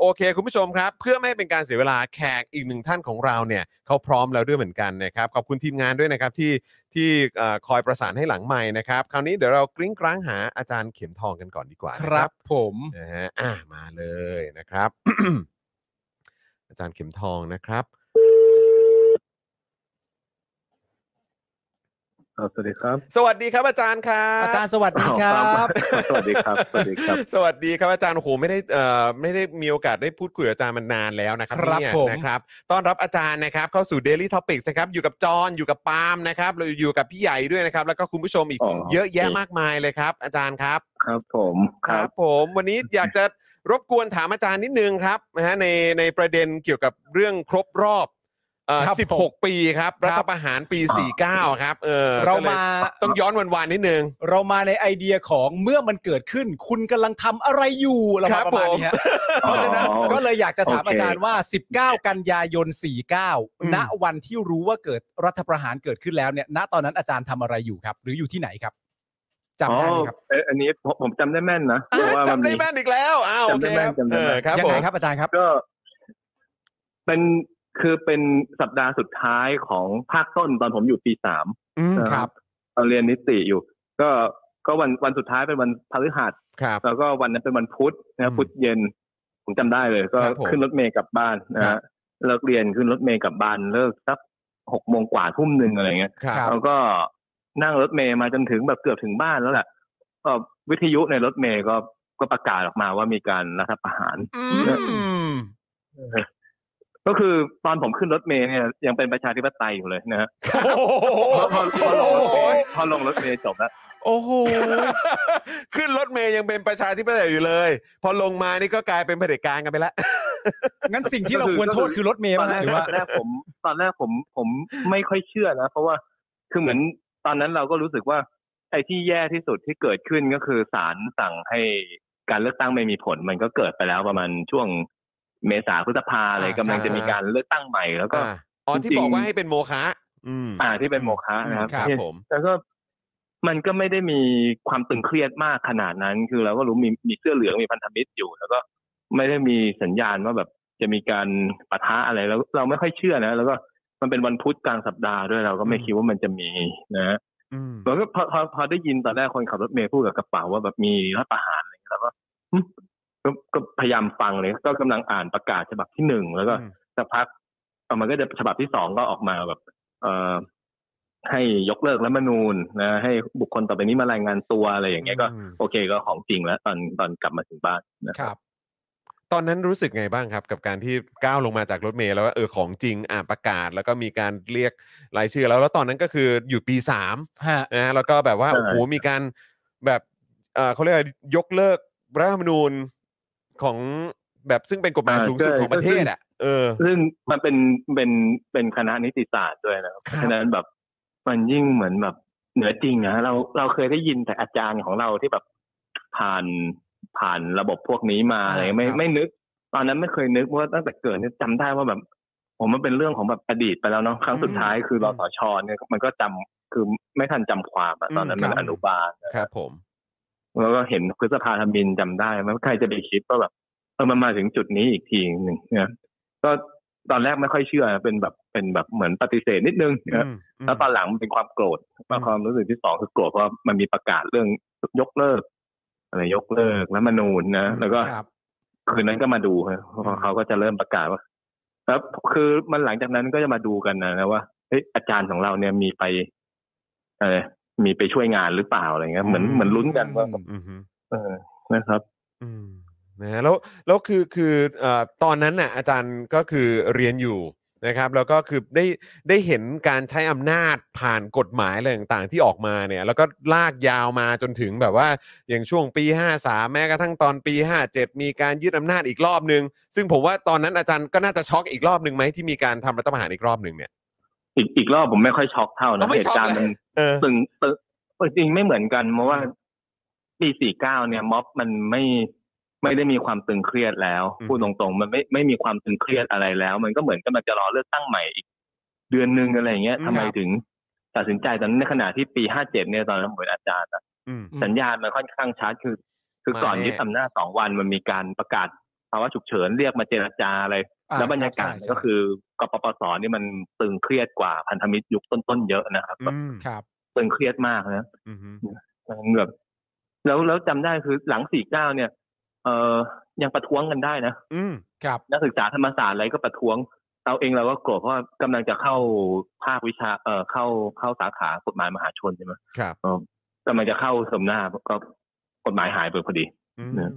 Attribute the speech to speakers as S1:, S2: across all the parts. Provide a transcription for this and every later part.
S1: โอเค คุณผู้ชมครับ เพื่อไม่ให้เป็นการเสียเวลาแขกอีกหนึ่งท่านของเราเนี่ยเขาพร้อมแล้วด้วยเหมือนกันนะครับ ขอบคุณทีมงานด้วยนะครับที่ที่เอ่อคอยประสานให้หลังใหม่นะครับ คราวนี้เดี๋ยวเรากริ้งกร้างหาอาจารย์เข็มทองกันก่อนดีกว่า
S2: ค
S1: นะ
S2: รับผม
S1: นะฮะอ่ะมาเลยนะครับ อาจารย์เข็มทองนะครับ
S3: ครับสวัสดีครับ
S1: สวัสดีครับอาจารย์ครับ
S2: อาจารย์สวัสดีครั
S3: อ้าวตาม
S2: บ
S3: มาสวัสดีครับ สวัสดีครับ
S1: สวัสดีครับอาจารย์โอ้โหไม่ได้เอ่อไม่ได้มีโอกาสได้พูดคุยกับอาจารย์มานานแล้วนะครับ
S2: ครับ
S1: เนี่ย
S2: ผม
S1: นะครับต้อนรับอาจารย์นะครับ เข้าสู่ Daily Topics นะครับ อยู่กับจอห์นอยู่กับปาล์มนะครับเราอยู่กับพี่ใหญ่ด้วยนะครับ แล้วก็คุณผู้ชมอีก
S3: อ๋อ
S1: เยอะแยะ
S3: โอเค
S1: มากมายเลยครับ อาจารย์ครับ
S3: ครับผม
S1: ครับผมวันนี้อยากจะรบกวนถามอาจารย์นิดนึงครับนะฮะในในประเด็นเกี่ยวกับเรื่องครบรอบเอ่อ
S2: ครับผม
S1: 16 ปีครับ
S2: ครับ
S1: รัฐประหารปี 49 ครับเออ
S2: เรา
S1: ก็ลย
S2: มา
S1: ต้องย้อนวันวานๆนิดนึง
S2: เรามาในไอเดียของเมื่อมันเกิดขึ้น คุณกำลังทำอะไรอยู่เรา
S1: ครั
S2: มา
S1: บ
S2: ประมาณนี้ฮะเพราะฉะนั้น
S3: อ๋อ
S2: ก็เลยอยากจะถาม
S3: โอเค
S2: อาจารย์ว่า 19 กันยายน
S1: ม
S2: 49 ณวันที่รู้ว่าเกิดรัฐประหารเกิดขึ้นแล้วเนี่ย ณตอนนั้นอาจารย์ทำอะไรอยู่ครับ หรืออยู่ที่ไหนครับจำได้ไหมครับ
S3: อ๋อเอ่ออันนี้ผมผมจำได้แม่นนะเพราะว่า
S1: จำได้
S3: มี
S1: แม่นอีกแล้วอ้าวโอ
S3: จำได้
S1: เค
S3: แม่
S1: คน รับ
S3: จำได้
S1: เอ
S3: แม่น
S1: อครับผ
S2: ยัไง
S1: ม
S2: ครับอาจารย์ครับ
S3: ก็ เป็นคือเป็นสัปดาห์สุดท้ายของภาคต้นตอนผมอยู่ปีสาม
S1: อืม
S3: นะครับ ตอนเรียนนิติอยู่ ก็ก็วันวันสุดท้ายเป็นวันพฤหัส
S1: ครับ
S3: แล้วก็วันนั้นเป็นวันพุธ
S1: อื
S3: นะ
S1: ม
S3: พุธเย็น ผมจำได้เลย ก็
S1: ครับผม
S3: ขึ้นรถเมย์กลับบ้านนะ
S1: ครั
S3: ฮะ
S1: บ
S3: เลิกเรียนขึ้นรถเมย์กลับบ้านเลิกสักหกโมงกว่าทุ่มหนึ่งอะไรเงี้ย
S1: ครับ
S2: ครับ
S3: เราก็นั่งรถเมย์มาจนถึงแบบเกือบถึงบ้านแล้วแหละก็วิทยุในรถเมย์ก็ก็ประกาศออกมาว่ามีการรัฐประหาร
S1: อืม
S3: ก็คือตอนผมขึ้นรถเมย์เนี่ยยังเป็นประชาธิปไตยอยู่เลยนะฮะ
S1: โอ้โห
S3: พอพอพอลงรถเมย์พอลงรถเมย์จบแล้ว
S1: โอ้โหขึ้นรถเมย์ยังเป็นประชาธิปไตยอยู่เลย พอลงมานี่ก็กลายเป็นเผด็จการกันไปแล้ว
S2: งั้นสิ่งที่เราควรโทษคือรถเมล์
S3: ตอ
S2: ป่ะ
S3: นแร
S2: ฮะ
S3: ก
S2: หรือ
S3: ต
S2: ว่า
S3: อนแรกผมตอนแรกผมผมไม่ค่อยเชื่อนะเพราะว่าคือเหมือนตอนนั้นเราก็รู้สึกว่าไอ้ที่แย่ที่สุดที่เกิดขึ้นก็คือศาลสั่งให้การเลือกตั้งไม่มีผล มันก็เกิดไปแล้วประมาณช่วงเมษาพฤษภาอะไร
S2: อ่า
S3: กำลังจะมีการเลือกตั้งใหม่แล้วก็
S1: อ่าอ๋อที่
S3: จริงๆ
S1: บอกว่าให้เป็นโมคะอืม
S3: อ่าที่เป็นโมฆะนะครับ
S1: ครับ
S3: ที่
S1: ผม
S3: แล้วก็มันก็ไม่ได้มีความตึงเครียดมากขนาดนั้น คือเราก็รู้มีมีเสื้อเหลืองมีพันธมิตรอยู่ แล้วก็ไม่ได้มีสัญญาณว่าแบบจะมีการปะทะอะไรแล้วเราไม่ค่อยเชื่อนะแล้วก็มันเป็นวันพุธกลางสัปดาห์ด้วยเราก็ไม่
S1: อืม
S3: คิดว่ามันจะมีนะฮะ
S1: อืม
S3: แล้วก็พอพอพอได้ยินตอนแรกคนขับรถเมย์พูดกับกระเป๋าว่าแบบมีรัฐประหารอะไรเงี้ยแล้วก็อืมก็ก็พยายามฟังเลย ก็กำลังอ่านประกาศฉบับที่หนึ่งแล้วก็ สักพักเอามันก็จะฉบับที่สองก็ออกมาแบบ เอ่อให้ยกเลิกรัฐธรรมนูญนะ ให้บุคคลต่อไปนี้มารายงานตัวอะไรอย่างเงี้ยก็
S1: อืม
S3: โอเคก็ของจริงแล้ว ตอนตอนกลับมาถึงบ้านนะ
S2: ค
S3: ครั
S2: รั
S3: บบ
S1: ตอนนั้นรู้สึกไงบ้างครับ กับการที่ก้าวลงมาจากรถเมล์แล้วว่าเออของจริงอ่าประกาศแล้วก็มีการเรียกรายชื่อแล้วแล้วตอนนั้นก็คืออยู่ปีสาม
S2: ฮะ
S1: นะฮะแล้วก็แบบว่าโอ้โหมีการแบบเออเขาเรียกว่ายกเลิกรัฐธรรมนูญของแบบซึ่งเป็นกฎหมายสูงสุดของประเทศอ่ะ เออ
S3: ซึ่งมันเป็นเป็นเป็นคณะนิติศาสตร์ด้วยนะครับ
S1: ค
S3: เพ
S1: รับ
S3: ราะฉะนั้นแบบมันยิ่งเหมือนแบบเหนือจริงนะเราเราเคยได้ยินแต่อาจารย์ของเราที่แบบผ่านผ่านระบบพวกนี้มา
S2: อ่า
S3: อะไรไม่
S2: ครับ
S3: ไม่นึก ตอนนั้นไม่เคยนึกเพราะว่าตั้งแต่เกิดเนี่ยจำได้ว่าแบบ ผมมันเป็นเรื่องของแบบอดีตไปแล้วเนาะครั้งสุดท้ายคือรสชเนี่ยมันก็จำคือไม่ทันจำความอะตอนนั้นมัน
S1: ครับ
S3: อนุบาล
S1: ครับผม
S3: แล้วก็เห็นพฤษภาธมินจำได้ไหมันใครจะไปคิดว่าแบบเออมันมาถึงจุดนี้อีกทีหนึ่งนะก็ตอนแรกไม่ค่อยเชื่อนะเป็นแบบเป็นแบบเหมือนปฏิเสธนิดนึงนะแล้วตอนหลังมันเป็นความโกรธมาความรู้สึกที่สองคือโกรธเพราะมันมีประกาศเรื่องยกเลิกอะไรยกเลิกแล้วมนูญนะแล้วก็
S2: ครับ
S3: คืนนั้นก็มาดูครับเพราะ
S1: อืม
S3: เขาก็จะเริ่มประกาศว่าแล้วคือมันหลังจากนั้นก็จะมาดูกันนะนะว่าเฮ้ยอาจารย์ของเราเนี่ยมีไปเออมีไปช่วยงานหรือเปล่าอะไรเงี้ยเหมือนเหมือนลุ้นกันว่า
S1: อือฮึ
S3: เออนะครับ
S1: อืมนะฮะแล้วแล้วคือคือเอ่อตอนนั้นน่ะอาจารย์ก็คือเรียนอยู่นะครับ แล้วก็คือได้ได้เห็นการใช้อำนาจผ่านกฎหมายอะไรต่างๆที่ออกมาเนี่ย แล้วก็ลากยาวมาจนถึงแบบว่าอย่างช่วงปี 53 แม้กระทั่งตอนปี 57 มีการยึดอำนาจอีกรอบนึง ซึ่งผมว่าตอนนั้นอาจารย์ก็น่าจะช็อกอีกรอบนึงไหมที่มีการทำรัฐประหารอีกรอบนึงเนี่ย
S3: อีกอีกรอบผมไม่ค่อยช็อกเท่า
S1: อ๋
S3: นะ
S1: อไม่
S3: เห
S1: ช็อก
S3: ตุการณ์
S1: เล
S3: มั
S1: ย
S3: น
S1: เออ
S3: ตึงตึงจริงไม่เหมือนกันเพราะว่าปีสี่เก้าเนี่ยม็อบมันไม่ไม่ได้มีความตึงเครียดแล้ว
S1: อืม
S3: พูดตรงๆ มันไม่ไม่มีความตึงเครียดอะไรแล้ว มันก็เหมือนกำลังจะรอเลือกตั้งใหม่อีก เดือนหนึ่งอะไรอย่างเงี้ย
S1: อืม
S3: ทำไมถึง ตัดสินใจตอนนั้นในขณะที่ปีห้าเจ็ดเนี่ยตอนนั้นผมเป็นอาจารย์นะ
S1: อืม
S2: อืม
S3: สัญญาณมันค่อนข้างชัดคือ คือ
S1: มา
S3: ก่อน
S1: แน่
S3: ยึดอำนาจสองวันมันมีการประกาศ ภาวะฉุกเฉินเรียกมาเจรจาอะไร
S2: อ่
S3: แล้วบรรยากาศ
S2: คบ
S3: ก็คือกปปสนี่มันตึงเครียดกว่าพันธมิตรยุคต้นๆเยอะนะครับ
S1: อื
S3: แบบ
S1: ม
S2: ครับ
S3: ตึงเครียดมากนะ
S1: อืมอืม
S3: มันแบบแล้วแล้วจำได้คือหลังสี่เก้าเนี่ย เออยังประท้วงกันได้นะ
S1: อืม
S2: ครับ
S3: นักศึกษาธรรมศาสตร์อะไรก็ประท้วง เราเองเราก็โกรธเพราะว่ากำลังจะเข้าภาควิชา เออเข้าเข้าสาขากฎหมายมหาชนใช่ไหม
S1: ครับ
S3: เออกำลังจะเข้าสมหน้าก็กฎหมายหายไปพอดี
S1: อื
S3: นะ
S1: ม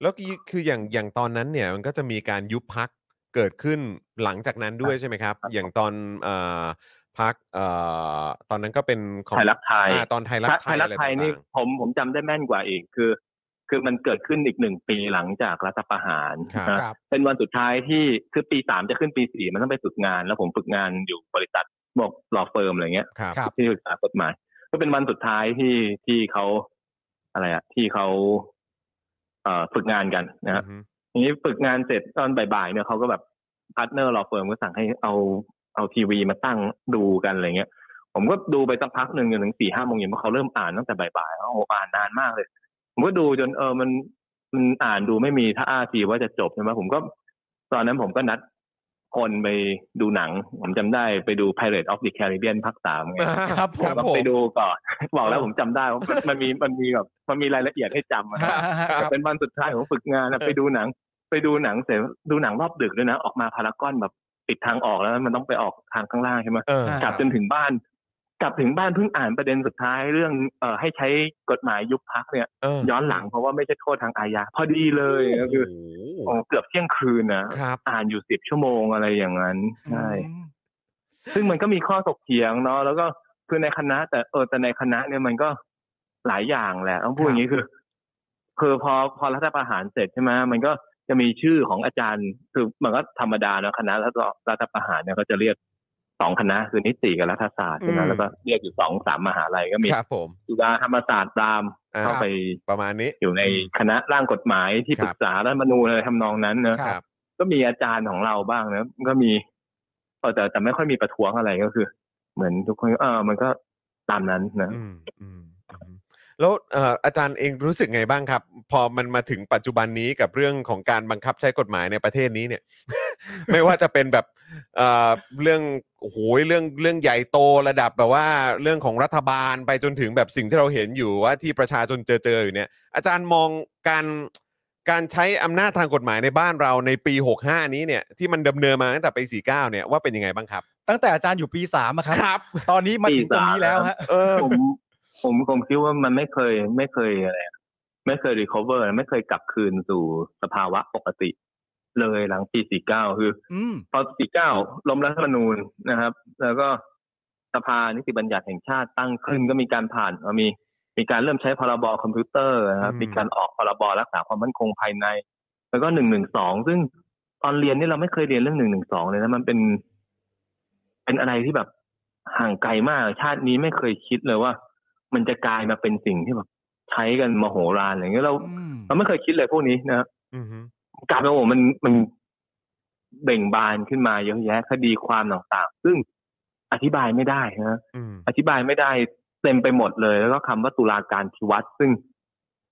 S1: แล้วคือคืออย่างอย่างตอนนั้นเนี่ย มันก็จะมีการยุบพักเกิดขึ้นหลังจากนั้นด้วยใช่ไหมครับ อย่างตอนเอ่อพักเอ่อตอนนั้นก็เป็นของ
S3: ไทยรักไทย
S1: อ่าตอนไทยรักไทย
S3: รั
S1: อะ
S3: ก
S1: ไร
S3: ไทย
S1: ต่าง
S3: นี่ผมผมจำได้แม่นกว่าอีกคือ คือมันเกิดขึ้นอีกหนึ่งปีหลังจากรัฐประหาร
S1: ๆค
S3: นะ
S1: รับ
S2: ครับ
S3: เป็นวันสุดท้ายที่คือปีสามจะขึ้นปีสี่มันต้องไปฝึกงาน แล้วผมฝึกงานอยู่บริษัทบอกรอเฟิร์มอะไรเงี้ย
S1: ครับ
S2: ครับ
S3: ที่ศึกษากฎหมาย ก็เป็นวันสุดท้ายที่ที่เขาอะไรอะที่เขาเอ่อฝึกงานกันนะฮะ
S1: อืม
S3: ทีนี้ฝึกงานเสร็จตอนบ่ายๆเนี่ยเขาก็แบบพาร์ทเนอร์รอเฟิร์มก็สั่งให้เอาเอาทีวีมาตั้งดูกันอะไรเงี้ย ผมก็ดูไปสักพักหนึ่งจนถึงสี่ห้าโมงเย็นเพราะเขาเริ่มอ่านตั้งแต่บ่ายๆแล้วโอ้อ่านนานมากเลย ผมก็ดูจนเออมันมันอ่านดูไม่มีท่าทีว่าจะจบใช่ไหมผมก็ ตอนนั้นผมก็นัดคนไปดูหนัง ผมจำได้ไปดู Pirate of the Caribbean ภาคสามไง
S1: ครับผม
S3: ก็ไปดูก่อน บอกแล้ว
S1: เออ
S3: ผมจำได้ว่ามันมันมีมันมีแบบมันมีรายละเอียดให้จำอะ
S1: ครับ
S2: ค
S3: แต่
S2: รับ
S3: เป็นวันสุดท้ายของฝึกงานนะไปดูหนัง ไปดูหนังเสร็จดูหนังรอบดึกด้วยนะ ออกมาพารากอนแบบปิดทางออกแล้วมันต้องไปออกทางข้างล่างใช่ไหม
S1: เออก
S3: ลับจนถึงบ้าน กลับถึงบ้านเพิ่งอ่านประเด็นสุดท้ายเรื่องเอ่อให้ใช้กฎหมายยุบพักเนี่ย
S1: เออ
S3: ย้อนหลังเพราะว่าไม่ใช่โทษทางอาญาพอดีเลยก็คือ
S1: โอ้โห
S3: โอ้เกือบเที่ยงคืนนะครับ อ่านอยู่สิบชั่วโมงอะไรอย่างนั้นใช่
S2: อืม
S3: ซึ่งมันก็มีข้อถกเถียงเนาะแล้วก็คือในคณะ แต่เออแต่ในคณะเนี่ยมันก็หลายอย่างแหละต้องพูด
S1: ครั
S3: อบ ย่างนี้คือคือพอพอรัฐประหารเสร็จใช่ไหมมันก็จะมีชื่อของอาจารย์คือมันก็ธรรมดาเนอะคณะแล้วก็รัฐประหารเนี่ยก็จะเรียกสองคณะคือนิติกับรัฐศาสตร์ใช่ไหม
S1: อืม
S3: แล้วก็เรียกอยู่สองสามมหาลัยก็มี
S1: ครับผม
S3: จุฬาธรรมศาสตร์ราม
S1: อ่า
S3: เข้าไป
S1: ประมาณนี้
S3: อยู่ในคณะร่างกฎหมายที่
S1: ค
S3: ป
S1: รับ
S3: รึกษารัฐธรรมนูญอะไรทำนองนั้นเนอะ
S1: ครับ
S3: ก็มีอาจารย์ของเราบ้างนะก็มีเออแต่แต่ไม่ค่อยมีประท้วงอะไรก็คือ เหมือนทุกคนเออมันก็ตามนั้นนะ
S1: อืมอืมอืมแล้วเอ่ออาจารย์เองรู้สึกไงบ้างครับ พอมันมาถึงปัจจุบันนี้กับเรื่องของการบังคับใช้กฎหมายในประเทศนี้เนี่ย ไม่ว่าจะเป็นแบบเอ่อเรื่องโอ้โหเรื่องเรื่องใหญ่โตระดับแบบว่าเรื่องของรัฐบาลไปจนถึงแบบสิ่งที่เราเห็นอยู่ว่าที่ประชาชนเจอเจออยู่เนี่ย อาจารย์มองการการใช้อำนาจทางกฎหมายในบ้านเราในปี 65 นี้เนี่ยที่มันดำเนินมาตั้งแต่ปี 49 เนี่ยว่าเป็นยังไงบ้างครับ
S2: ตั้งแต่อาจารย์อยู่ปีสามอะครับ
S1: ครับ
S2: ตอนนี้มาถึงตรงนี้แล้วฮะ
S1: เออ
S3: ผมผมผมคิดว่ามันไม่เคยไม่เคยอะไรอะไม่เคยรีคอเวอร์ไม่เคยกลับคืนสู่สภาวะปกติ เลยหลังปี 49 คือ
S2: อืม
S3: พอปีเก้าล้มรัฐธรรมนูญนะครับ แล้วก็สภานิติบัญญัติแห่งชาติตั้งขึ้นก็มีการผ่านเอ่อมีมีการเริ่มใช้พรบคอมพิวเตอร์นะครับ
S1: อืม
S3: มีการออกพรบรักษาความมั่นคงภายใน แล้วก็หนึ่งหนึ่งสองซึ่งตอนเรียนนี่เราไม่เคยเรียนเรื่องหนึ่งหนึ่งสองเลยนะมันเป็น เป็นอะไรที่แบบห่างไกลมาก ชาตินี้ไม่เคยคิดเลยว่า มันจะกลายมาเป็นสิ่งที่แบบใช้กันมโหฬารอย่างเงี้ยเรา
S2: อืม
S3: เราไม่เคยคิดเลยพวกนี้นะครับ
S1: อือฮึ
S3: กลายเป็นว่าโอ้โหมันมันเบ่งบานขึ้นมาเยอะแยะคดีความต่างๆ ซึ่งอธิบายไม่ได้นะ
S1: อืม
S3: อธิบายไม่ได้เต็มไปหมดเลย แล้วก็คำว่าตุลาการพิวัตรซึ่ง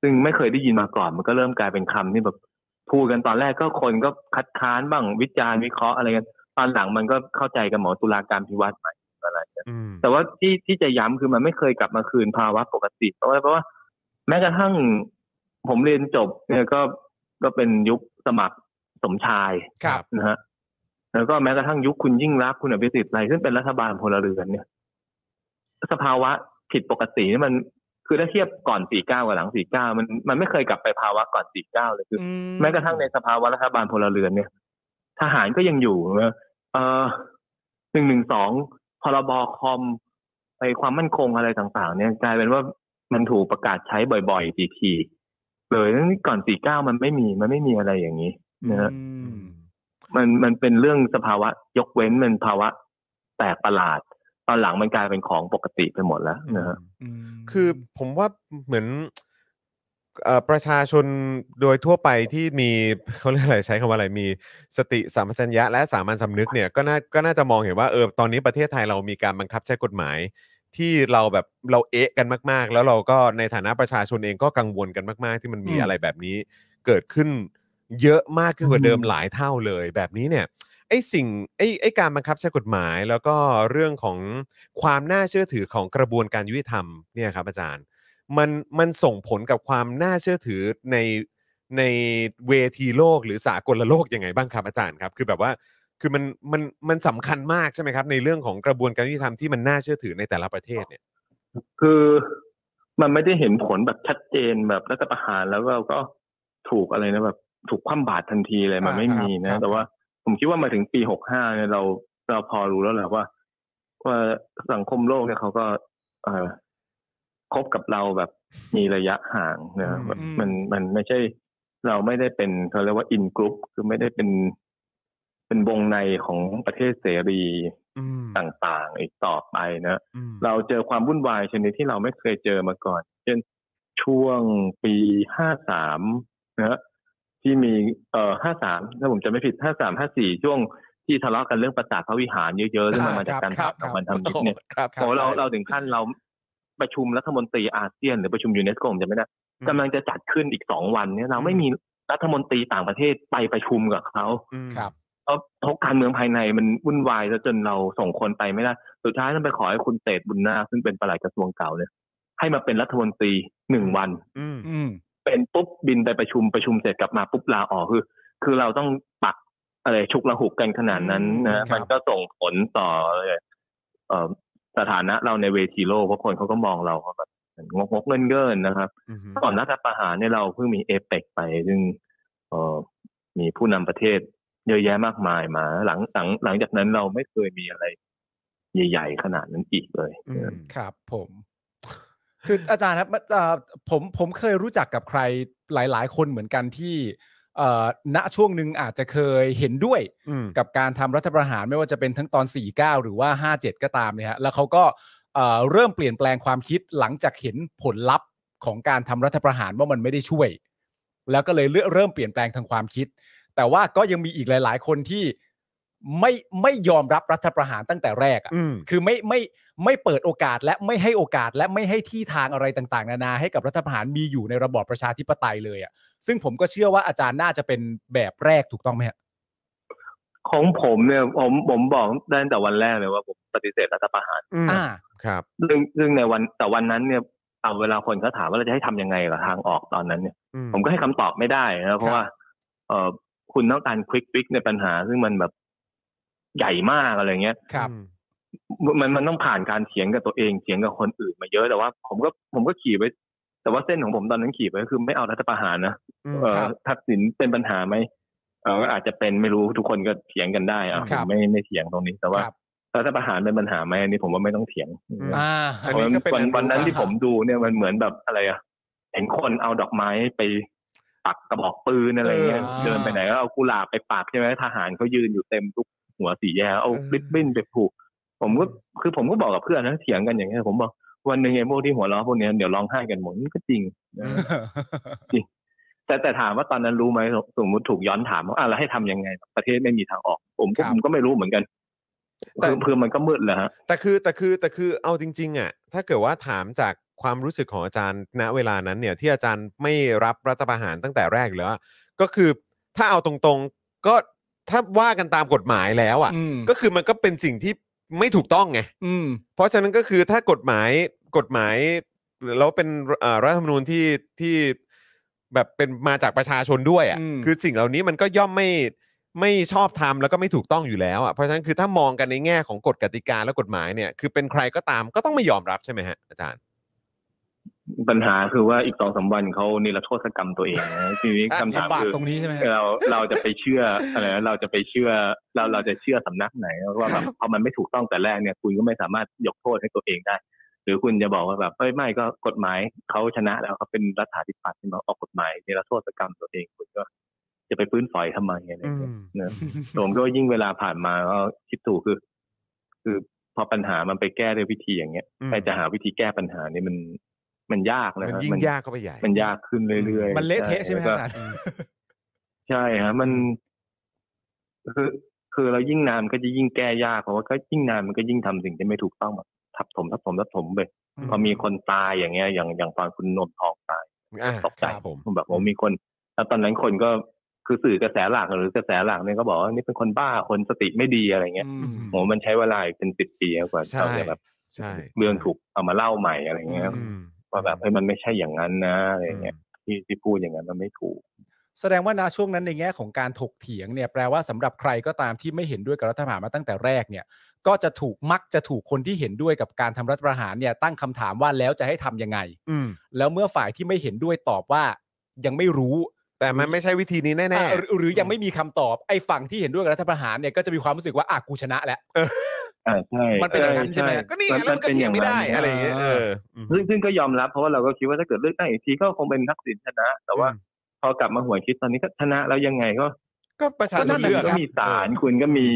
S3: ซึ่งไม่เคยได้ยินมาก่อน มันก็เริ่มกลายเป็นคำที่แบบพูดกันตอนแรกก็คนก็คัดค้านบ้างวิจารณ์วิเคราะห์อะไรกันตอนหลังมันก็เข้าใจกันหมอตุลาการพิวัตรหมายถึงอะไร
S1: อืม
S3: แต่ว่าที่ที่จะย้ำคือมันไม่เคยกลับมาคืนภาวะปกติเพราะว่าเพราะว่าแม้กระทั่งผมเรียนจบเนี่ยก็ก็เป็นยุคสมัครสมชาย
S1: ครับ
S3: นะฮะแล้วก็แม้กระทั่งยุคคุณยิ่งรักษณ์คุณอภิสิทธิ์อะไรซึ่งเป็นรัฐบาลพลเรือนเนี่ย สภาวะผิดปกตินี่มันคือถ้าเทียบก่อน 49 กับหลัง 49 มันมันไม่เคยกลับไปภาวะก่อน 49 เลยคือ
S2: อื
S3: แม้กระทั่งในสภาวะรัฐบาลพลเรือนเนี่ย ทหารก็ยังอยู่นะเออหนึ่งหนึ่งสองพรบคอมไปความมั่นคงอะไรต่าง ๆ เนี่ยกลายเป็นว่ามันถูกประกาศใช้บ่อยๆทีๆเลยทั้งที่ก่อนสี่เก้ามันไม่มีมันไม่มีอะไรอย่างนี้นะฮะ
S2: อืม
S3: มันมันเป็นเรื่องสภาวะยกเว้นมันภาวะแปลกประหลาด ตอนหลังมันกลายเป็นของปกติไปหมดแล้วนะฮะ
S1: คือผมว่าเหมือนเอ่อประชาชนโดยทั่วไปที่มี เขาเรียกอะไรใช้คำว่าอะไรมีสติสัมปชัญญะและสามัญสำนึกเนี่ยก็น่าก็น่าจะมองเห็นว่าเออตอนนี้ประเทศไทยเรามีการบังคับใช้กฎหมาย ที่เราแบบเราเอะกันมาก ๆ แล้วเราก็ในฐานะประชาชนเองก็กังวลกันมาก ๆ ที่มันมี
S2: อืม
S1: อะไรแบบนี้ เกิดขึ้น เยอะมากขึ้นกว่าเดิม
S2: อืม
S1: หลายเท่าเลย แบบนี้เนี่ยไอ้สิ่งไอ้ไอ้การบังคับใช้กฎหมาย แล้วก็เรื่องของความน่าเชื่อถือของกระบวนการยุติธรรมเนี่ยครับอาจารย์ มันมันส่งผลกับความน่าเชื่อถือในในเวทีโลกหรือสากลโลกยังไงบ้างครับอาจารย์ครับ คือแบบว่าคือมันมันมันสำคัญมากใช่ไหมครับ ในเรื่องของกระบวนการยุติธรรมที่มันน่าเชื่อถือในแต่ละประเทศเนี่ย
S3: คือมันไม่ได้เห็นผลแบบชัดเจนแบบรัฐประหารแล้วก็ก็ถูกอะไรนะแบบถูกคว่ำบาตรทันทีเลยมัน
S2: อ่า
S3: ไม่มี
S2: ครั
S3: นะ
S2: บ
S3: แต่ว่าผมคิดว่ามาถึงปีหกห้าเนี่ยเราเราพอรู้แล้วแหละว่า ว่าสังคมโลกเนี่ยเขาก็ เอ่อคบกับเราแบบมีระยะห่างนะแบบ
S2: อืม
S3: มันมันไม่ใช่ เราไม่ได้เป็นเขาเรียกว่าอินกรุ๊ปคือไม่ได้เป็น เป็นวงในของประเทศเสรี
S1: อืม
S3: ต่างๆ อีกต่อไปนะ
S1: อืม
S3: เราเจอความวุ่นวายชนิดที่เราไม่เคยเจอมาก่อน เช่นช่วงปี 53 นะฮะที่มีเอ่อ 53 ถ้าผมจำไม่ผิด 53 54 ช่วงที่ทะเลาะกันเรื่องประสาทพระวิหารเยอะๆเรื่องมันมาจากการ
S2: ครับ
S3: ขับของมันทำนิด
S1: โอ้
S3: เนี่ย
S1: ครับคบ
S3: โอ้เราเราถึงขั้นเราประชุมรัฐมนตรีอาเซียน หรือประชุมยูเนสโกผมจำไม่ได้กำลังจะจัดขึ้นอีกสองวันเนี่ยเราไม่มีรัฐมนตรีต่างประเทศไปประชุมกับเขา
S1: อืม
S2: ครับ
S3: เพราะเพราะการเมืองภายในมันวุ่นวายซะจนเราส่งคนไปไม่ได้ สุดท้ายต้องไปขอให้คุณเตดบุญนาคซึ่งเป็นปลัดกระทรวงเก่าเนี่ยให้มาเป็นรัฐมนตรีหนึ่งวัน
S1: อืม
S2: อืม
S3: เป็นปุ๊บบินไปประชุมประชุมเสร็จกลับมาปุ๊บลาออกคือ คือเราต้องปักอะไรชุกระหุกกันขนาดนั้น
S2: อื
S3: นะ
S2: มครับ
S3: มันก็ส่งผลต่อเอ่อสถานะเราในเวทีโลกเพราะคนเขาก็มองเราว่าแบบงกงกๆเงินเงินๆนะครับ
S1: อืม
S3: ก่อนรัฐประหารเนี่ยเราเพิ่งมีเอเปกไปซึ่งเอ่อมีผู้นำประเทศเยอะแยะมากมายมา หลังหลังหลังจากนั้นเราไม่เคยมีอะไร ใหญ่ๆขนาดนั้นอีกเลย
S1: อืม
S2: ครับผม คืออาจารย์ครับมันเอ่อผมผมเคยรู้จักกับใครหลาย ๆ คนเหมือนกันที่เอ่อณช่วงหนึ่งอาจจะเคยเห็นด้วย
S1: อืม
S2: กับการทำรัฐประหารไม่ว่าจะเป็นทั้งตอน 49 หรือว่า 57 ก็ตามเนี่ยฮะแล้วเขาก็เอ่อเริ่มเปลี่ยนแปลงความคิดหลังจากเห็นผลลัพธ์ของการทำรัฐประหารว่ามันไม่ได้ช่วย แล้วก็เลยเลือกเริ่มเปลี่ยนแปลงทางความคิด แต่ว่าก็ยังมีอีกหลาย ๆ คนที่ไม่ไม่ยอมรับรัฐประหารตั้งแต่แรกอะ
S1: อืม
S2: คือไม่ไม่ไม่เปิดโอกาสและไม่ให้โอกาสและไม่ให้ที่ทางอะไรต่างๆ นานาให้กับรัฐประหารมีอยู่ในระบอบประชาธิปไตยเลยอะ่ะซึ่งผมก็เชื่อว่าอาจารย์น่าจะเป็นแบบแรกถูกต้องไหมฮะ
S3: ของผมเนี่ยผมผมบอกได้ตั้งแต่วันแรกเลยว่าผมปฏิเสธรัฐประหาร
S1: อืม
S2: อ่า
S1: ครับ
S3: ซึ่งซึ่งในวันแต่วันนั้นเนี่ยเอาเวลาคนเขาถามว่าเราจะให้ทำยังไงกับทางออกตอนนั้นเนี่ย
S1: อืม
S3: ผมก็ให้คำตอบไม่ได้นะครับเพราะว่า เออคุณต้องการควิกฟิกในปัญหา ซึ่งมันแบบใหญ่มากอะไรเงี้ย
S2: ครับ
S1: อืม
S3: มันมันต้องผ่านการเถียงกับตัวเองเถียงกับคนอื่นมาเยอะแต่ว่า ผมก็ผมก็ขี่ไป แต่ว่าเส้นของผมตอนนั้นขี่ไปก็คือไม่เอารัฐประหารนะ
S1: อืม
S3: เอ
S2: ค
S3: อ
S2: รับ
S3: ทักษิณเป็นปัญหาไหมเอออาจจะเป็นไม่รู้ทุกคนก็เถียงกันได้อ่ะ
S2: ครับ
S3: ผมไม่ไม่เถียงตรงนี้ แต่ว่า
S2: ครับ
S3: รัฐประหารเป็นปัญหาไหมอันนี้ผมว่าไม่ต้องเถียง
S2: อ่า
S1: อันนี้ก็เป็น
S3: วั
S1: อั
S3: นวันนั้น
S1: รู้
S3: ที่ผมดูเนี่ยมันเหมือนแบบอะไรอ่ะเห็นคนเอาดอกไม้ไปปักกระบอกปืนอะไรเงี้ย
S2: เออ
S3: เดินไปไหนก็เอากุหลาบไปปักใช่ไหมทหารเขายืนอยู่เต็มทุกหัวสี่แยกเอาริบบิ้นไปผูก ผมก็คือผมก็บอกกับเพื่อนนะเถียงกันอย่างเงี้ยผมบอกวันหนึ่งไอ้พวกที่หัวเราะพวกเนี้ยเดี๋ยวร้องไห้กันหมดนี่ก็จริงนะแต่แต่ถามว่าตอนนั้นรู้ไหมสมมติถูกย้อนถามว่าอ่ะแล้วให้ทำยังไง ประเทศไม่มีทางออก ผมก็
S2: ครับ
S3: ผมก็ไม่รู้เหมือนกัน
S1: แต่
S3: คือคือมันก็มืดแหละฮะ
S1: แต่คือแต่คือแต่คือเอาจริง ๆอ่ะถ้าเกิดว่าถามจากความรู้สึกของอาจารย์ณเวลานั้นเนี่ย ที่อาจารย์ไม่รับรัฐประหารตั้งแต่แรกอยู่แล้วอะก็คือถ้าเอาตรงๆ ก็ถ้าว่ากันตามกฎหมายแล้วอ่ะ
S2: อืม
S1: ก็คือมันก็เป็นสิ่งที่ไม่ถูกต้องไง
S2: อืม
S1: เพราะฉะนั้นก็คือถ้ากฎหมายกฎหมายแล้วเป็นเอ่อรัฐธรรมนูญที่ที่แบบเป็นมาจากประชาชนด้วย
S2: อืม
S1: อะ่ะคือสิ่งเหล่านี้มันก็ย่อมไม่ไม่ชอบทำแล้วก็ไม่ถูกต้องอยู่แล้วอะ่ะเพราะฉะนั้นคือถ้ามองกันในแง่ของกฎกติกาและกฎหมายเนี่ยคือเป็นใครก็ตามก็ต้องไม่ยอมรับใช่ไหมฮะอาจารย์
S3: ปัญหาคือว่าอีกสองสามวันเขานิรโทษกรรมตัวเอง นะทีนี้
S1: ใช่
S3: คำถาม
S2: ลำบาก
S3: คือ
S2: ตรงนี้ใช่ไหมฮะ
S3: เราเราจะไปเชื่ออะไรนะเราจะไปเชื่อเราเราจะเชื่อสำนักไหนว่า แบบพอมันไม่ถูกต้องแต่แรกเนี่ยคุณก็ไม่สามารถยกโทษให้ตัวเองได้ หรือคุณจะบอกว่าแบบเอ้ยไม่ก็กฎหมายเขาชนะแล้วเขาเป็นรัฐาธิปัตย์ที่มาออกกฎหมายนิรโทษกรรมตัวเองคุณก็จะไปฟื้นฝอยทำไมอะไรอย่างเงี้ย นะ ผมก็ยิ่งเวลาผ่านมาก็คิดถูกคือ คือพอปัญหามันไปแก้ด้วยวิธีอย่างเงี้ย
S1: อืม
S3: แต่จะหาวิธีแก้ปัญหานี่มันมันยากนะ
S1: มัน
S3: ฮะ
S1: ยิ่ง
S3: มัน
S1: ยากเข้าไปใหญ่
S3: มันยากขึ้นเรื่อยๆ
S2: มันเละเทะใช่ไหมฮะ
S3: แล้
S2: อา
S3: วก็
S2: จารย์
S3: ใช่ฮะมันคือคือเรายิ่งนานก็จะยิ่งแก้ยากเพราะว่าก็ยิ่งนานมันก็ยิ่งทำสิ่งที่ไม่ถูกต้องแบบทับถมทับถมทับถมไปพอมีคนตายอย่างเงี้ย อย่างอย่างตอนคุณนนท์ทองตาย
S1: อ่า
S3: ตกใจ
S1: ครับผม
S3: แบบผมมีคนแล้วตอนนั้นคนก็ คื คือสื่อกระแสหลักหรือกระแสหลักเนี่ยก็บอกว่านี่เป็นคนบ้าคนสติไม่ดีอะไรเงี้ย
S2: อืม
S3: โหมันใช้เวลาอีกเป็นสิบปีกว่า
S1: ใช่
S3: เราจะแบบ
S1: ใช่
S3: เรื่องถูกเอามาเล่าใหม่อะไรเงี้ย
S1: อืม
S3: ว่าแบบเฮ้ยมันไม่ใช่อย่างนั้นนะอะไรเงี้ยที่ที่พูดอย่างนั้นมันไม่ถูก
S2: แสดงว่าณช่วงนั้นในแง่ของการถกเถียงเนี่ยแปลว่าสำหรับใครก็ตามที่ไม่เห็นด้วยกับรัฐประหารมาตั้งแต่แรกเนี่ย ก็จะถูกมักจะถูกคนที่เห็นด้วยกับการทำรัฐประหารเนี่ยตั้งคำถามว่าแล้วจะให้ทำยังไง
S1: อืม
S2: แล้วเมื่อฝ่ายที่ไม่เห็นด้วยตอบว่ายังไม่รู้
S1: แต่มันไม่ใช่วิธีนี้แน่
S2: อ่ะหรือหรือยังไม่มีคำตอบไอ้ฝั่งที่เห็นด้วยกับรัฐประหารเนี่ยก็จะมีความรู้สึกว่าอ่ะกูชนะแล้ว
S3: อ่าใช่
S2: มันเป็นอย่างนั้นใช่ไหม
S1: ๆก็นี่ไงแล้วมันก็
S3: ป็
S1: เถียงไม่ได้
S3: านั้น
S1: อะไรอย่างเงี้ยเอออืม
S3: ซึ่งซึ่งก็ยอมรับเพราะว่าเราก็คิดว่าถ้าเกิดเลือกตั้งอีกทีก็คงเป็นทักษิณชนะ แต่ว่า
S1: อืม
S3: พอกลับมาหวนคิดตอนนี้ก็ชนะแล้วยังไงก็
S1: ก็ประชา
S3: ก็
S1: ช
S3: นั่
S1: น
S3: น
S1: เลื
S3: แห
S1: อก
S3: ละก็มีศาลคุณก็มี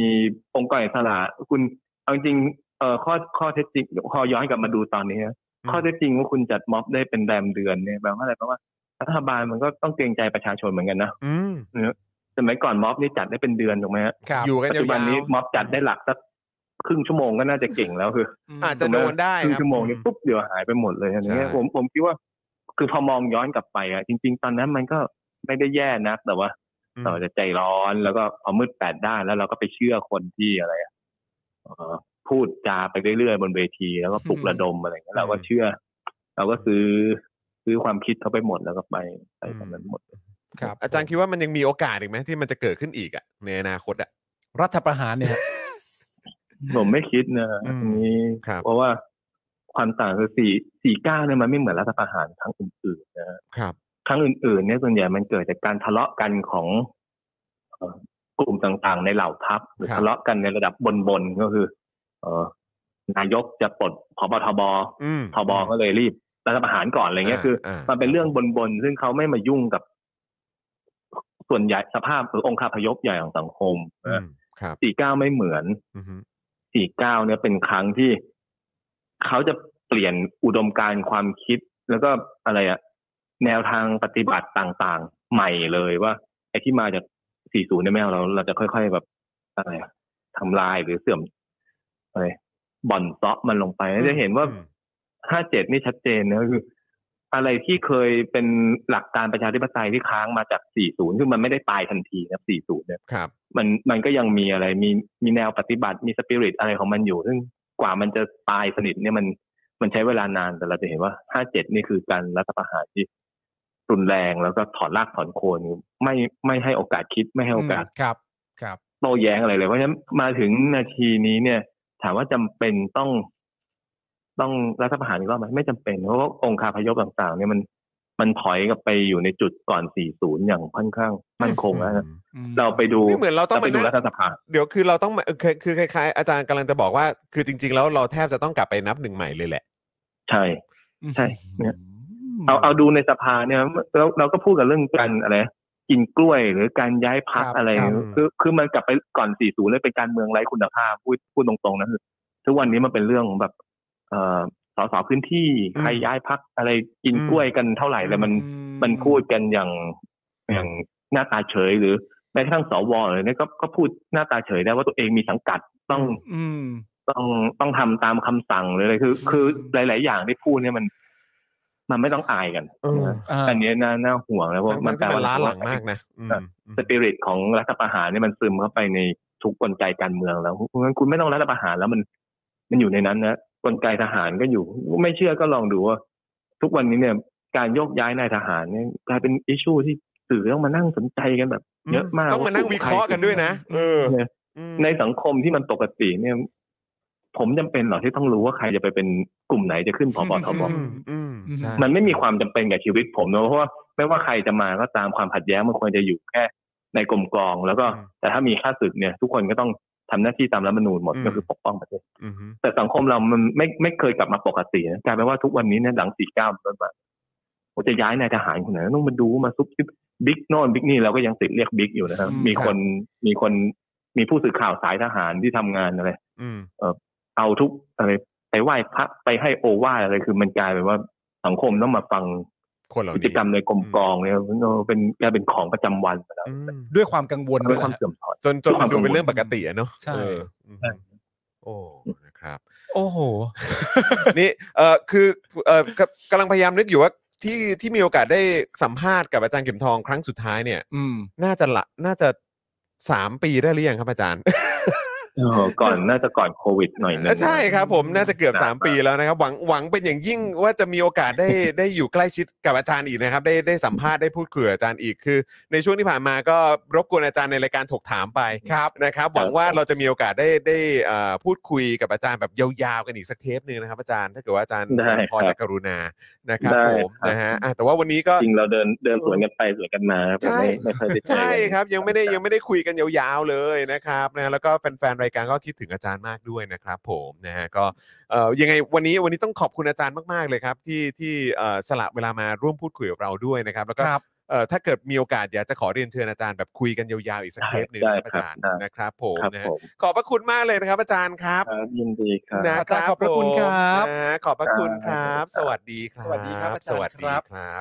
S3: องค์กรอิสระคุณเอาจริงๆเอ่อข้อข้อเท็จจริงพอย้อนกลับมาดูตอนนี้นะข้อเท็จจริงว่าคุณจัดม็อบได้เป็นแรมเดือนเนี่ยแปลว่าอะไรแปลว่ารัฐบาลมันก็ต้องเกรงใจประชาชนเหมือนกันนะ
S1: อืม
S3: สมัยก่อนม็อบนี่จัดได้เป็นเดือนถูกไหมฮะ
S2: ครับ
S1: อยู่กัน
S3: ปัจ
S1: ยา
S3: จุบันนี้
S1: ว
S3: ม็อบจัดได้หลักสักครึ่งชั่วโมงก็น่าจะเก่งแล้วคือ
S1: ๆอาจจะโดนได้
S3: ครึ่
S1: ค
S3: ง
S1: รับ
S3: ชั่วโมงนี้ปุ๊บเดี๋ยวหายไปหมดเลยอันเนี้ย
S1: ใช่
S3: ผมผมคิดว่า คือพอมองย้อนกลับไปอะจริง ๆ ตอนนั้นมันก็ไม่ได้แย่นักแต่ว่า
S1: อืม
S3: เราจะใจร้อนแล้วก็พอมืดแปดด้านแล้วเราก็ไปเชื่อคนที่อะไรอะเอ่อพูดจาไปเรื่อยๆบนเวทีแล้วก็ปลุก
S2: อืม
S3: ระดมอะไรอย่างเงี้ยเราก็
S1: อืม
S3: เชื่อ เราก็ซื้อซื้อความคิดเขาไปหมดแล้วก็ไปไปตรงนั้นหมด
S2: ครับ
S1: อาจารย์คิดว่ามันยังมีโอกาสอีกไหมที่มันจะเกิดขึ้นอีกอะในอนาคตอะ
S2: รัฐประหารเนี่ย
S3: ผมไม่คิดนะ
S1: อืม
S3: อันนี้
S1: ครับ
S3: เพราะว่าความต่างคือสี่สี่เก้าเนี่ยมันไม่เหมือนรัฐประหารครั้งอื่นๆนะ
S1: ครับ
S3: ครั้งอื่นๆเนี่ยส่วนใหญ่มันเกิดจากการทะเลาะกันของเอ่อกลุ่มต่างๆ ในเหล่าทัพหรือ
S1: ครับ
S3: ทะเลาะกันในระดับบนๆก็คือ เออนายกจะปลดพบทบ
S1: อืม
S3: ทบก็เลยรีบรัฐประหารก่อนอะไรเงี้ยคืออา มันเป็นเรื่องบนๆซึ่งเขาไม่มายุ่งกับ ส่วนใหญ่สภาพหรือองค์คาพยพใหญ่ของสังคม
S1: อืมครับ
S3: สี่เก้าไม่เหมือน
S1: อือฮึ
S3: สี่เก้าเนี่ยเป็นครั้งที่เขาจะเปลี่ยนอุดมการณ์ความคิด แล้วก็อะไรอะแนวทางปฏิบัติต่างๆ ใหม่เลยว่า ไอ้ที่มาจากสี่ศูนย์เนี่ยไม่เอาเราเราจะค่อยๆแบบอะไรอะทำลายหรือเสื่อมอะไรบ่อนเซาะมันลงไป
S1: อืม
S3: จะเห็นว่า
S1: อืม
S3: ห้าเจ็ดนี่ชัดเจนนะคือ อะไรที่เคยเป็นหลักการประชาธิปไตยที่ค้างมาจากสี่ศูนย์คือมันไม่ได้ตายทันทีนะสี่ศูนย์เนี่ย
S1: ครับ
S3: มันมันก็ยังมีอะไรมีมีแนวปฏิบัติมีสปิริตอะไรของมันอยู่ ซึ่งกว่ามันจะตายสนิทเนี่ยมันมันใช้เวลานานแต่เราจะเห็นว่าห้าเจ็ดนี่คือการรัฐประหารที่รุนแรงแล้วก็ถอนรากถอนโคนไม่ไม่ให้โอกาสคิดไม่ให้โอกาส
S2: ครับครับ
S3: โต้แย้งอะไรเลย เพราะฉะนั้นมาถึงนาทีนี้เนี่ย ถามว่าจำเป็นต้อง ต้องรัฐประหารอีกรอบไหมไม่จำเป็นเพราะว่าองค์คาพยพต่างๆ เนี่ยมันมันถอยกลับไปอยู่ในจุดก่อน 40 อย่างค่อนข้างมั่นคงแล้วนะเราไปดู
S1: ไม่เหมือนเราต้อง
S3: ไปดู
S1: มานั่ง
S3: รัฐสภา
S1: เดี๋ยวคือเราต้องมาเออคือคือคล้ายๆอาจารย์กำลังจะบอกว่า คือจริง ๆ แล้วเราแทบจะต้องกลับไปนับหนึ่งใหม่เลยแหละ
S3: ใช่ ใช่เนี่ย เอาเอาดูในสภาเนี่ยแล้วเราก็พูดกันเรื่องการอะไรกินกล้วยหรือการย้ายพัก
S2: ครับ
S3: อะไร
S2: ครับ
S3: คือคือมันกลับไปก่อน 40 เลยเป็นการเมืองไร้คุณภาพพูดพูดตรงๆนะคือทุกวันนี้มันเป็นเรื่องของแบบ เอ่อสสพื้นที่
S1: อืม
S3: ใครย้ายพักอะไรกิน
S1: อืม
S3: กล้วยกันเท่าไหร่แล้วมัน
S2: อื
S3: มันพูดกันอย่างอย่างหน้าตาเฉย หรือแม้กระทั่งสวเลยเนี่ยก็ก็พูดหน้าตาเฉยได้ว่าตัวเองมีสังกัดต้อง
S2: อืม
S3: ต้องต้องทำตามคำสั่งหรืออะไรคือ คือหลาย ๆ อย่างที่พูดเนี่ยมัน มันไม่ต้องอายกัน
S1: เออ
S3: นะ
S2: อ่า
S3: นนี้น่าน่าห่วงแล้วว่า
S1: ทั้งๆ
S3: มันแปล
S1: ที่มัน
S3: ว่า
S1: ล้าหลังมากนะอืมอืม
S3: สปิริตของรัฐประหารเนี่ยมันซึมเข้าไปในทุกกลไกการเมืองแล้วเพราะฉะนั้นคุณไม่ต้องรัฐประหารแล้วมัน มันอยู่ในนั้นนะกลไกทหารก็อยู่ ไม่เชื่อก็ลองดูว่า ทุกวันนี้เนี่ย การโยกย้ายนายทหารเนี่ยกลายเป็นอิชชูที่สื่อต้องมานั่งสนใจกันแบบ เยอะมาก
S1: ต้องมานั่งวิเคราะห์กันด้วยนะเออ
S3: เนี่ย
S1: อืม
S3: ในสังคมที่มันปกติเนี่ย ผมจำเป็นเหรอที่ต้องรู้ว่าใครจะไปเป็นกลุ่มไหนจะขึ้นพบทบ
S1: อืมอืมใช่
S3: มันไม่มีความจำเป็นกับชีวิตผมนะเพราะว่าไม่ว่าใครจะมาก็ตามความขัดแย้งมันควรจะอยู่แค่ในกลมกลอง แล้วก็ แต่ถ้ามีข้าศึกเนี่ย ทุกคนก็ต้องทำหน้าที่ตามรัฐธรรมนูญหมดก็คือปกป้องประเทศ
S1: อืมฮึ
S3: แต่สังคมเรามันไม่ไม่เคยกลับมาปกตินะกลายเป็นว่าทุกวันนี้เนี่ยหลังสี่เก้าต้นมาผมจะย้ายนายทหารคนไหนต้องมาดูมาซุบซิบบิ๊กโน่นบิ๊กนี่เราก็ยังติดเรียกบิ๊กอยู่นะครับ
S2: อืม
S3: มีคนมีคนมีผู้สื่อข่าวสายทหารที่ทำงานอะไร
S1: อืม
S3: เอาทุกอะไรไปไหว้พระไปให้โอวาทอะไรคือมันกลายเป็นว่าสังคมต้องมาฟัง
S1: คนเหล่า
S3: กิ
S1: นี้
S3: จกรรมในกรมกองเนี่ยมันก็เป็นกลายเป็นของประจำวันไปแล้ว
S1: อืม
S2: ด้วยความกังวล
S3: มัน
S2: ด้
S3: เป็
S2: วย
S3: นความ
S2: นะ
S3: เสื่อมถอย
S1: จนจนมันดูเป็นเรื่องปกติอะเนาะ
S2: ใช่
S1: เอออืมโอ้นะครับ
S2: โอ้โห
S1: นี่เออคือเออกำกำลังพยายามนึกอยู่ว่า ที่ที่มีโอกาสได้สัมภาษณ์กับอาจารย์เข็มทองครั้งสุดท้ายเนี่ย
S2: อืม
S1: น่าจะละน่าจะสามปีได้หรือยังครับอาจารย์
S3: เออก่อนน่าจะก่อนโควิดหน่อยนึง
S1: ใช่ครับผมน่าจะเกือบ
S3: ครับ
S1: 3 ปีแล้วนะครับ หวังหวังเป็นอย่างยิ่งว่าจะมีโอกาส ได้ ได้อยู่ใกล้ชิดกับอาจารย์อีกนะครับ ได้ได้สัมภาษณ์ได้พูดคุยกับอาจารย์อีกคือ ในช่วงที่ผ่านมาก็รบกวนอาจารย์ในรายการถกถามไป
S2: ครับ
S1: นะครับ หวังว่าเราจะมีโอกาสได้ได้เอ่อพูดคุยกับอาจารย์แบบยาวๆกันอีกสักเทปหนึ่งนะครับ อาจารย์ถ้าเกิดว่าอาจารย์
S3: ได้
S1: พอ
S3: ครับ
S1: จะกรุณานะครับ
S3: ได้
S1: ผม
S3: ครับ
S1: นะฮะอ่ะแต่ว่าวันนี้ก็
S3: จริงเราเดินเดินสวนกันไปสวนกันมาครับ
S1: ใช่
S3: ไม่ไม่เคอยได้เจอกัน
S1: ใช่ครับยังไม่ได้ยังไม่ได้คุยกันยาวๆเลยนะครับนะแล้วก็แฟนๆรายการก็คิดถึงอาจารย์มากด้วยนะครับผมนะฮะก็เอ่อยังไงวันนี้วันนี้ต้องขอบคุณอาจารย์มากๆเลยครับ ที่ที่เอ่อสละเวลามาร่วมพูดคุยกับเราด้วยนะครับ แล้วก็
S2: ครับ
S1: เอ่อถ้าเกิดมีโอกาสอยากจะขอเรียนเชิญอาจารย์แบบคุยกันยาวๆอีกสักเทปหนึ่ง
S3: ได้
S1: นะครับอา
S3: ครับ
S1: จารย์
S3: ได้
S1: นะครับผม
S3: ครับ
S1: นะ
S3: ผ
S1: ฮะ
S3: ม
S1: ขอบพระคุณมากเลยนะครับ อาจารย์ครับ
S3: ครับยินดีครับ
S1: นะ
S2: อาจารย์ขอบพระคุณ
S1: ผม
S2: ครับ
S1: นะขอบพระคุณครับ
S3: ครับ
S1: สวัสดีครับ
S2: สวัสดีครับอาจารย์
S1: สวัสดี
S2: ครับ
S1: ครับ